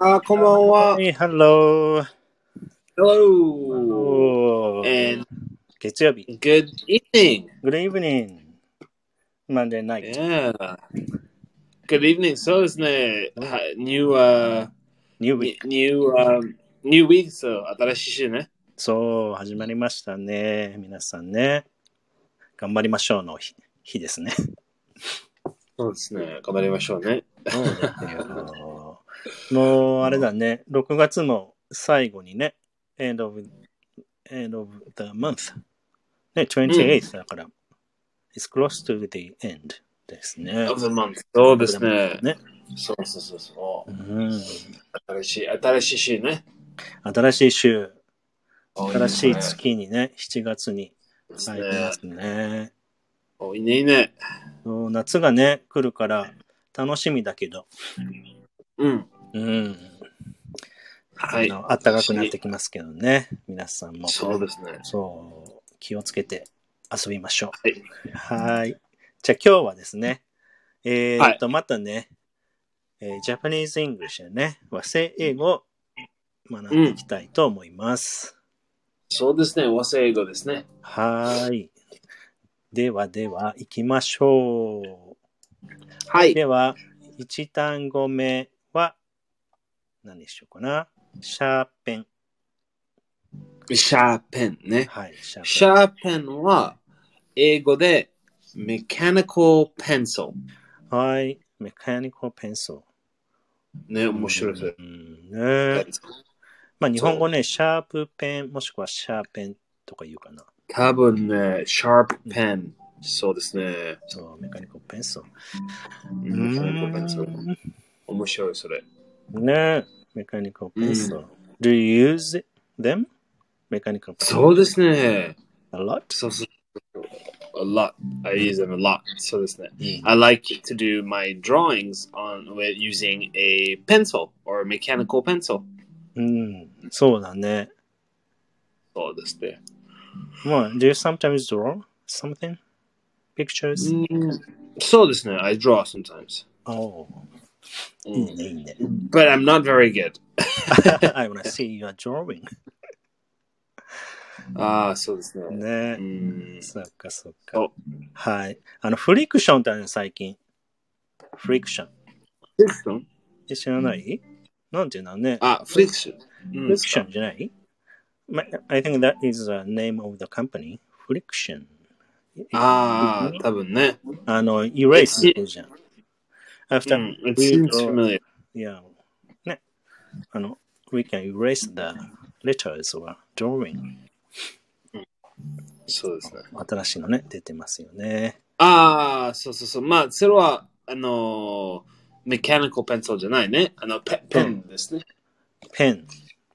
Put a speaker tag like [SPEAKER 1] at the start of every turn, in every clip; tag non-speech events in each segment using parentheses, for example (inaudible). [SPEAKER 1] あー、こんばんは。
[SPEAKER 2] Hey, hello.
[SPEAKER 1] Hello.
[SPEAKER 2] Oh,
[SPEAKER 1] And
[SPEAKER 2] 月曜日。
[SPEAKER 1] good evening.
[SPEAKER 2] Good evening. Monday night.
[SPEAKER 1] Yeah. Good evening. そうですね。はい、new, uh,
[SPEAKER 2] New
[SPEAKER 1] new,
[SPEAKER 2] week.
[SPEAKER 1] um, new week. そう、新しい週ね。
[SPEAKER 2] そう、始まりましたね。皆さんね。頑張りましょうの日日ですね。
[SPEAKER 1] そうですね。頑張りましょうね。
[SPEAKER 2] そうですよ。もう、あれだね。6月の最後にね。End of, end of the month. ね、28th だから。It's close to the end ですね。
[SPEAKER 1] of the month. そうですね。
[SPEAKER 2] ね。
[SPEAKER 1] そうそうそうそうう。
[SPEAKER 2] ん。
[SPEAKER 1] 新しい、新しい週ね。
[SPEAKER 2] 新しい週。新
[SPEAKER 1] 新
[SPEAKER 2] しい月にね、7月に
[SPEAKER 1] です
[SPEAKER 2] 入りま
[SPEAKER 1] ね。
[SPEAKER 2] すね。
[SPEAKER 1] おいいねいいね。
[SPEAKER 2] そう夏がね、来るから楽しみだけど、
[SPEAKER 1] うん。
[SPEAKER 2] うん。
[SPEAKER 1] は
[SPEAKER 2] あ
[SPEAKER 1] い。
[SPEAKER 2] の暖かくなってきますけどね、皆さんも。
[SPEAKER 1] そうですね。
[SPEAKER 2] そう、気をつけて遊びましょ
[SPEAKER 1] はい。
[SPEAKER 2] う。はい。じゃあ今日はですね、えーっと、またね、えー、ジャパニーズ・イングリッシュね、和製英語を学んでいきたいと思います。
[SPEAKER 1] そうですね。和製英語ですね。
[SPEAKER 2] はい。ではでは、行きましょう。
[SPEAKER 1] はい。
[SPEAKER 2] では、一単語目は何でしょうかなシャーペン。
[SPEAKER 1] シャーペンね。
[SPEAKER 2] はい、シャーペン。
[SPEAKER 1] シャーペンは英語で mechanical pencil。
[SPEAKER 2] はい、メカニコペンソ
[SPEAKER 1] ね、
[SPEAKER 2] ー。
[SPEAKER 1] 面白いですね。
[SPEAKER 2] うんね。まあ、日本語ね、シャープペン、もしくはシャーペンとか言うかな。
[SPEAKER 1] 多分ね、シャープペン。そうですね。
[SPEAKER 2] そう、メカニコペンソー。う
[SPEAKER 1] mechanical pencil。
[SPEAKER 2] ん。ね
[SPEAKER 1] 面白いそれ。
[SPEAKER 2] メカニコペンソー。Do you use them? メカニコペンソー。
[SPEAKER 1] そうですね。
[SPEAKER 2] A lot?
[SPEAKER 1] そうそう。A lot. I use them a lot. そうですね。
[SPEAKER 2] うん
[SPEAKER 1] I like to do my drawings on with using a pencil or mechanical pencil.
[SPEAKER 2] うん、そうだね。
[SPEAKER 1] そうですね。
[SPEAKER 2] まあ、do you sometimes draw something? Pictures?
[SPEAKER 1] うんそうですね。I draw sometimes.
[SPEAKER 2] おー
[SPEAKER 1] う
[SPEAKER 2] い
[SPEAKER 1] ん
[SPEAKER 2] いね、いいね。 (laughs)
[SPEAKER 1] But I'm not very good.
[SPEAKER 2] I wanna see your drawing.
[SPEAKER 1] ああ、そうですね。
[SPEAKER 2] ね
[SPEAKER 1] う。ん。
[SPEAKER 2] そっかそっか
[SPEAKER 1] お。
[SPEAKER 2] はい。あの、フリクションってあるの最近。フリクション。
[SPEAKER 1] フリクション
[SPEAKER 2] え知らないなんていうのね。
[SPEAKER 1] あ、フリクション。
[SPEAKER 2] フ
[SPEAKER 1] フ
[SPEAKER 2] リクションじゃないま ?I think that is the name of the company. フリクション。
[SPEAKER 1] ああ、多分ね。
[SPEAKER 2] あの、erase っていうじゃん。
[SPEAKER 1] う
[SPEAKER 2] After
[SPEAKER 1] ん。It
[SPEAKER 2] we
[SPEAKER 1] seems
[SPEAKER 2] draw,
[SPEAKER 1] familiar.
[SPEAKER 2] yeah. ね。あの、we can erase the letters or drawing.
[SPEAKER 1] そうですね。
[SPEAKER 2] 新しいのね、出てますよね。
[SPEAKER 1] ああ、そうそうそう。まあ、それは、あのー、メカニカルペンソルじゃないね。あの、ペペンですね。
[SPEAKER 2] ペン。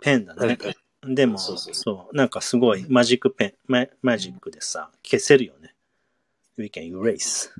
[SPEAKER 2] ペンだ
[SPEAKER 1] ペン
[SPEAKER 2] ね。
[SPEAKER 1] ペン。
[SPEAKER 2] でも、そ
[SPEAKER 1] そううそう
[SPEAKER 2] なんかすごいマジックペン、ママジックでさ、消せるよね。We can erase.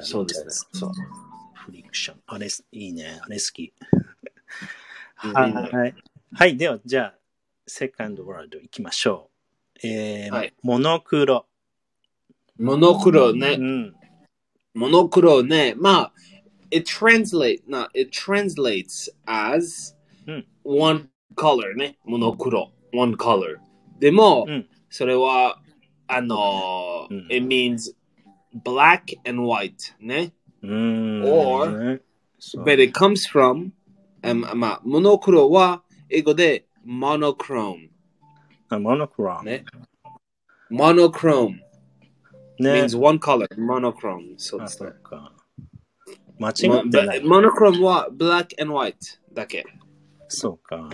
[SPEAKER 1] そうですね。そう。
[SPEAKER 2] フリクション。あれ、いいね。あれ好
[SPEAKER 1] (laughs)
[SPEAKER 2] き。
[SPEAKER 1] うん
[SPEAKER 2] はい
[SPEAKER 1] いね
[SPEAKER 2] はい。はい。では、じゃあ、セカンドワードいきましょう。えー
[SPEAKER 1] はい
[SPEAKER 2] モノクロ。
[SPEAKER 1] モノクロ
[SPEAKER 2] う
[SPEAKER 1] ね。
[SPEAKER 2] ん。
[SPEAKER 1] モノクロね。まあ、it translate, な、it translates as
[SPEAKER 2] うん
[SPEAKER 1] one color ね。モノクロ。one color。でも、
[SPEAKER 2] うん。
[SPEAKER 1] それは、あのー
[SPEAKER 2] うん
[SPEAKER 1] it means black and white ね。
[SPEAKER 2] うん。
[SPEAKER 1] Or-
[SPEAKER 2] そう
[SPEAKER 1] But it comes from、um, まあ、モノクロは英語で monochrome
[SPEAKER 2] あモノクロ。ね。
[SPEAKER 1] ね。monochrome means one color, monochrome. そうで
[SPEAKER 2] あ、
[SPEAKER 1] す
[SPEAKER 2] そ
[SPEAKER 1] ね
[SPEAKER 2] う。か。間違
[SPEAKER 1] ま
[SPEAKER 2] ってない。
[SPEAKER 1] monochrome は black and white だけ。
[SPEAKER 2] そうか。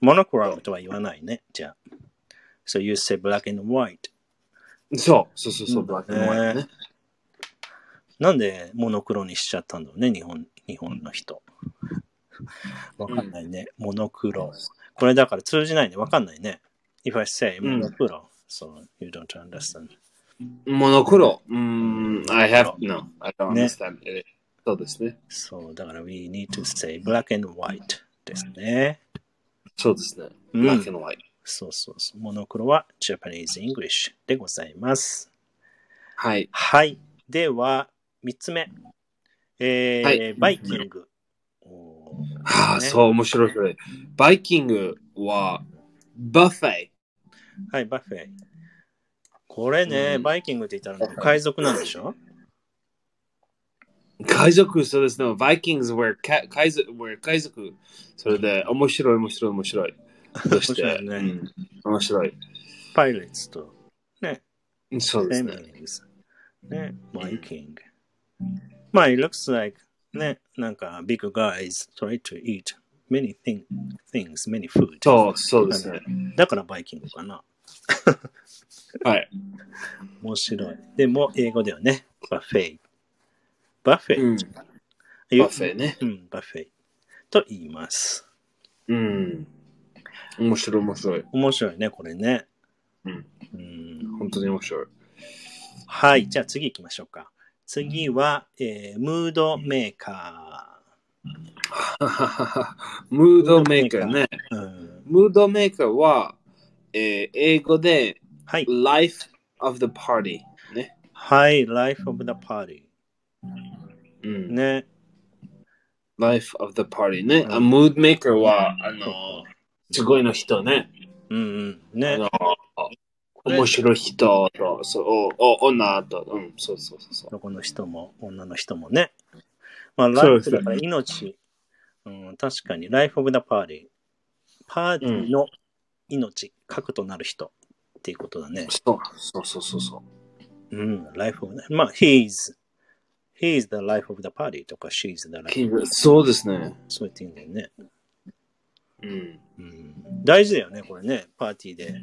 [SPEAKER 2] モノクロムとは言わないね。じゃあ。So you say black and white.
[SPEAKER 1] そうそうそうそう、
[SPEAKER 2] うん
[SPEAKER 1] black and white ね。
[SPEAKER 2] なんでモノクロにしちゃったんだろうね、日本日本の人。わかんないね。モノクロ。これだから通じないね。わかんないね。If I say
[SPEAKER 1] う
[SPEAKER 2] モ
[SPEAKER 1] ん
[SPEAKER 2] ノクロ、so you don't understand.
[SPEAKER 1] モノクロ。うーん、I have, no, I don't
[SPEAKER 2] ね
[SPEAKER 1] understand it. そうですね。
[SPEAKER 2] そう、だから we need to say black and white ですね。
[SPEAKER 1] そうですね。
[SPEAKER 2] うん
[SPEAKER 1] black and white。
[SPEAKER 2] そうそうそう。モノクロは Japanese English でございます。
[SPEAKER 1] はい。
[SPEAKER 2] はい。では、3つ目。えー
[SPEAKER 1] はい
[SPEAKER 2] バイキング。おー
[SPEAKER 1] はあ、
[SPEAKER 2] ね
[SPEAKER 1] そう、面白いそれ。バイキングは、バッフェ。
[SPEAKER 2] はい、バッフェ。これね、
[SPEAKER 1] うん
[SPEAKER 2] バイキングって言ったら海賊なんでしょ
[SPEAKER 1] 海賊、そうですね。バイキングズ were か海賊、were 海賊。それで、面白い、面白い、面白い。そして、
[SPEAKER 2] 面白いね
[SPEAKER 1] うん面白い。
[SPEAKER 2] パイレーツと
[SPEAKER 1] そうで
[SPEAKER 2] セ
[SPEAKER 1] す
[SPEAKER 2] ミ
[SPEAKER 1] ね。
[SPEAKER 2] リーズ。ね、バイキング。まあ、it looks like ね、なんか big guys try to eat many thing, things, many food.
[SPEAKER 1] そう、そうですね。
[SPEAKER 2] だからバイキングかな。
[SPEAKER 1] はい。
[SPEAKER 2] 面白い。でも、英語ではね、バッフェイ。バッフェイ。
[SPEAKER 1] うん、
[SPEAKER 2] 言う
[SPEAKER 1] バッフェね。
[SPEAKER 2] うん、バッフェイ。と言います。
[SPEAKER 1] うん。面白い、面白い。
[SPEAKER 2] 面白いね、これね。
[SPEAKER 1] うん
[SPEAKER 2] うん
[SPEAKER 1] 本当に面白い。
[SPEAKER 2] はい、じゃあ次行きましょうか。次は、えームードメーカ
[SPEAKER 1] (laughs) ムードメーカーね。
[SPEAKER 2] ー。うん、
[SPEAKER 1] ムードメーカーは、えー英語で
[SPEAKER 2] はい、
[SPEAKER 1] Life of the Party。ね。
[SPEAKER 2] はい、Life of the Party。
[SPEAKER 1] うん、
[SPEAKER 2] ね、
[SPEAKER 1] Life of the Party ね。あ
[SPEAKER 2] うん
[SPEAKER 1] ムードメーカーは、あの、すごいの人ね。
[SPEAKER 2] うんうん、
[SPEAKER 1] あ
[SPEAKER 2] ね、
[SPEAKER 1] の、
[SPEAKER 2] れ
[SPEAKER 1] 面白い人と、そう、おお女と、うん、そうそうそうそう。
[SPEAKER 2] 男の人も女の人もね。まあ、ラ
[SPEAKER 1] そう
[SPEAKER 2] イ
[SPEAKER 1] です
[SPEAKER 2] フ
[SPEAKER 1] ね
[SPEAKER 2] だから命。うん、確かに、Life of the Party。パーティーの命、核となる人っていうことだね。
[SPEAKER 1] そうそうそうそう。
[SPEAKER 2] うん、Life of the... まあ、He's, He's the Life of the Party とか She's the Life
[SPEAKER 1] そうそうですね。
[SPEAKER 2] そう言っていいんだよね。
[SPEAKER 1] うん。
[SPEAKER 2] うん大事だよね、これね、パーティーで。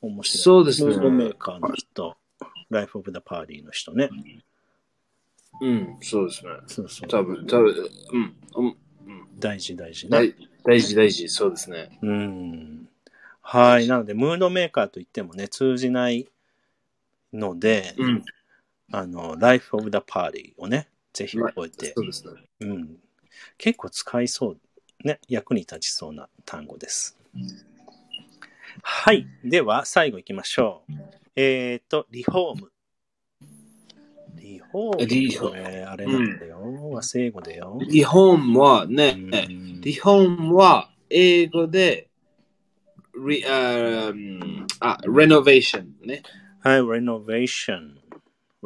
[SPEAKER 2] 面白い。
[SPEAKER 1] そうですね
[SPEAKER 2] ムードメーカーの人、ライフ・オブ・ザ・パーティーの人ね。
[SPEAKER 1] うん、そうですね。
[SPEAKER 2] そうそう。
[SPEAKER 1] 多分、多分、うん、うん、
[SPEAKER 2] 大事、大事ね。
[SPEAKER 1] 大大事、大事、そうですね。
[SPEAKER 2] うん。はい。なので、ムードメーカーといってもね、通じないので、
[SPEAKER 1] うん、
[SPEAKER 2] あの、ライフ・オブ・ザ・パーティーをね、ぜひ覚えて
[SPEAKER 1] そ、うですね。
[SPEAKER 2] うん。結構使いそう、ね、役に立ちそうな単語です。はい。では、最後行きましょう。えっ、と、リフォーム。リフォーム。
[SPEAKER 1] リフォーム
[SPEAKER 2] これあれなんだよ。和製英語だよ。
[SPEAKER 1] 日本はね、
[SPEAKER 2] うん
[SPEAKER 1] 日本は英語で、リあうんあ、レノベーション um, ah, ね。
[SPEAKER 2] はい、レノベーション。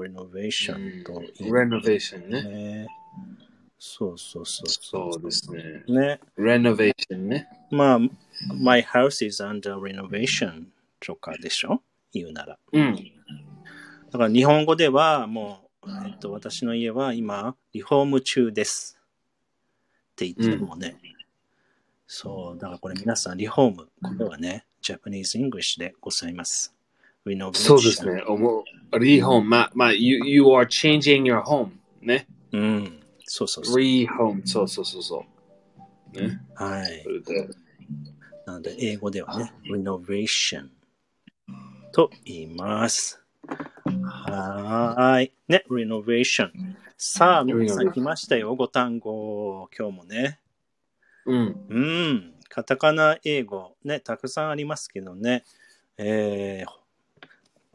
[SPEAKER 2] レノベーションと言い
[SPEAKER 1] レノベーション
[SPEAKER 2] ます
[SPEAKER 1] ね。
[SPEAKER 2] ね。そうそうそうそ
[SPEAKER 1] そうですね。
[SPEAKER 2] う。ね。
[SPEAKER 1] レノベーションね。
[SPEAKER 2] まあ、my house is under renovation とかでしょ言うなら。
[SPEAKER 1] うん。
[SPEAKER 2] だから日本語ではもう、えっと、私の家は今、リフォーム中です。って言ってもね、そう、だからこれ皆さん、リフォーム、これはね、ジャパニーズ・イングリッシュでございます。リノベーショ
[SPEAKER 1] そ
[SPEAKER 2] ン
[SPEAKER 1] うです。ね。おもリホーム、ま、ま、you, you are changing your home ね。
[SPEAKER 2] うん。そうそうそう。
[SPEAKER 1] リホーム、そうそうそうそう。ね。
[SPEAKER 2] はい
[SPEAKER 1] そ。れで、
[SPEAKER 2] なので、英語ではね、リノベーションと言います。はーい。ね、リノベーション。さあ、皆さん来ましたよ、ご単語。今日もね。
[SPEAKER 1] うん。
[SPEAKER 2] うん、カタカナ英語ね、たくさんありますけどね、えー、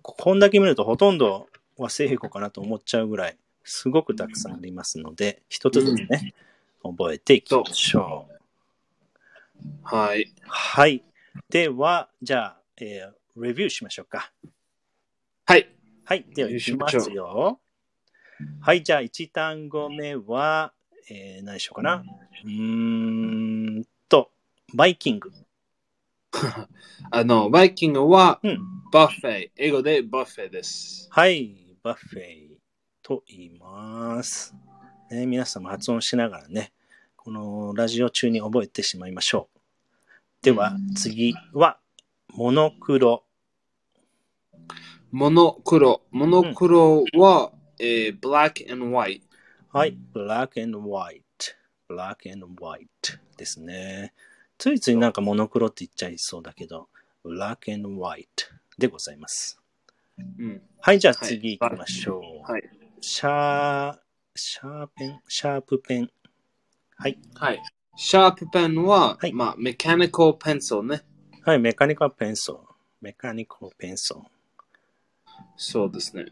[SPEAKER 2] ここんだけ見るとほとんど和製英語かなと思っちゃうぐらい、すごくたくさんありますので、一つずつね、覚えていきましょう。
[SPEAKER 1] はい。
[SPEAKER 2] はい。では、じゃあ、えーレビューしましょうか。
[SPEAKER 1] はい。
[SPEAKER 2] はい。では、
[SPEAKER 1] レビュー
[SPEAKER 2] いき
[SPEAKER 1] し
[SPEAKER 2] ま
[SPEAKER 1] ましょう
[SPEAKER 2] すよ。はい。じゃあ、1単語目は、えー、何でしょうかな。うーんと、バイキング。
[SPEAKER 1] あの、バイキングは
[SPEAKER 2] うん。
[SPEAKER 1] バッフェ。英語でバッフェです。
[SPEAKER 2] はい、バッフェイと言います。ね、皆さんも発音しながらね、このラジオ中に覚えてしまいましょう。では、次は、モノクロ。
[SPEAKER 1] モノクロ。モノクロは、えー、black and white。
[SPEAKER 2] はい、black and white。black and white ですね。ついついなんかモノクロって言っちゃいそうだけど、black and white でございます。
[SPEAKER 1] うん。
[SPEAKER 2] はい、じゃあ
[SPEAKER 1] はい
[SPEAKER 2] 次行きましょう。
[SPEAKER 1] はい。
[SPEAKER 2] シャー、シャーペン、シャープペン。はい。
[SPEAKER 1] はい。シャープペンは、
[SPEAKER 2] はい
[SPEAKER 1] まあ、メカニコペンソルね。
[SPEAKER 2] はい、メカニカルペンソー。メカニカルペンソー。
[SPEAKER 1] そうですね。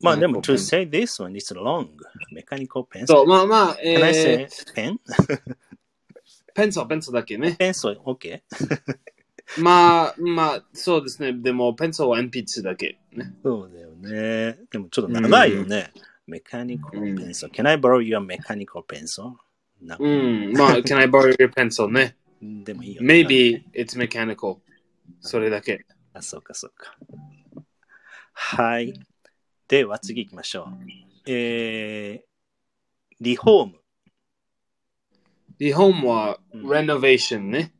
[SPEAKER 2] まあでも、
[SPEAKER 1] Mechanical
[SPEAKER 2] to say this one is long. メカニカルペンソ
[SPEAKER 1] そう、まあまあ、
[SPEAKER 2] ー。Can I say
[SPEAKER 1] え
[SPEAKER 2] pen?
[SPEAKER 1] ペンソル、ペンソルだけね。
[SPEAKER 2] ペンソル OK?
[SPEAKER 1] まあ、まあ、そうですね。でも、ペンソルは鉛筆だけ。ね。
[SPEAKER 2] そうだよね。でもちょっと長いよね。メカニカルペンソル。Can I borrow your mechanical pencil? な
[SPEAKER 1] うん。
[SPEAKER 2] (laughs)
[SPEAKER 1] まあ、can I borrow your pencil ね。
[SPEAKER 2] でもいいよね。
[SPEAKER 1] Maybe it's mechanical. それだけ。
[SPEAKER 2] あ、そうかそうか。はい。では次行きましょう。えー、リフォーム。
[SPEAKER 1] リホームは
[SPEAKER 2] うん
[SPEAKER 1] renovation ね。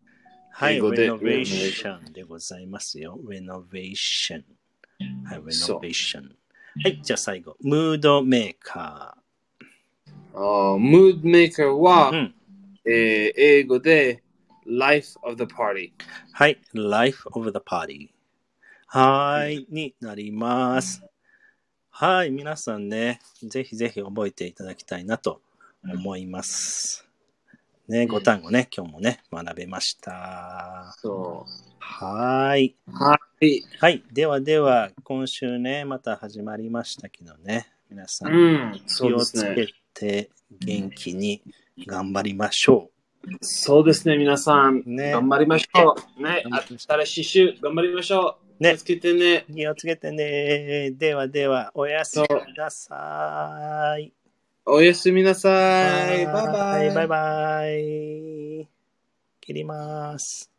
[SPEAKER 2] はい、
[SPEAKER 1] 英
[SPEAKER 2] レ
[SPEAKER 1] 語で
[SPEAKER 2] ノベーションでございますよ。レノベーション。はい、レノベーション。はい、じゃあ最後。ムードメーカ
[SPEAKER 1] あームードメーカーは、
[SPEAKER 2] ー。うん。
[SPEAKER 1] えー英語で life of the party。
[SPEAKER 2] はい、Life of the Party。はい、になります。はい、皆さんね、ぜひぜひ覚えていただきたいなと思います。ね、
[SPEAKER 1] ん
[SPEAKER 2] 5単語ね、今日もね、学べました。
[SPEAKER 1] そ
[SPEAKER 2] はい。
[SPEAKER 1] う。はい。
[SPEAKER 2] はい。ではでは、今週ね、また始まりましたけどね。皆さ、
[SPEAKER 1] うんん。そ
[SPEAKER 2] 気
[SPEAKER 1] うで
[SPEAKER 2] を
[SPEAKER 1] す
[SPEAKER 2] つ
[SPEAKER 1] ね。
[SPEAKER 2] けて元気に頑張りましょ
[SPEAKER 1] そうですね、皆さん。
[SPEAKER 2] ね
[SPEAKER 1] 頑張りましょう。ね
[SPEAKER 2] 頑張りましょう。
[SPEAKER 1] 新しい週、頑張りましょう。
[SPEAKER 2] ね
[SPEAKER 1] 気をつけてね。
[SPEAKER 2] う。気をつけてね。ではでは、おやすみなさい。
[SPEAKER 1] おやすみなさい。バイバイ。
[SPEAKER 2] バイバイ。切ります。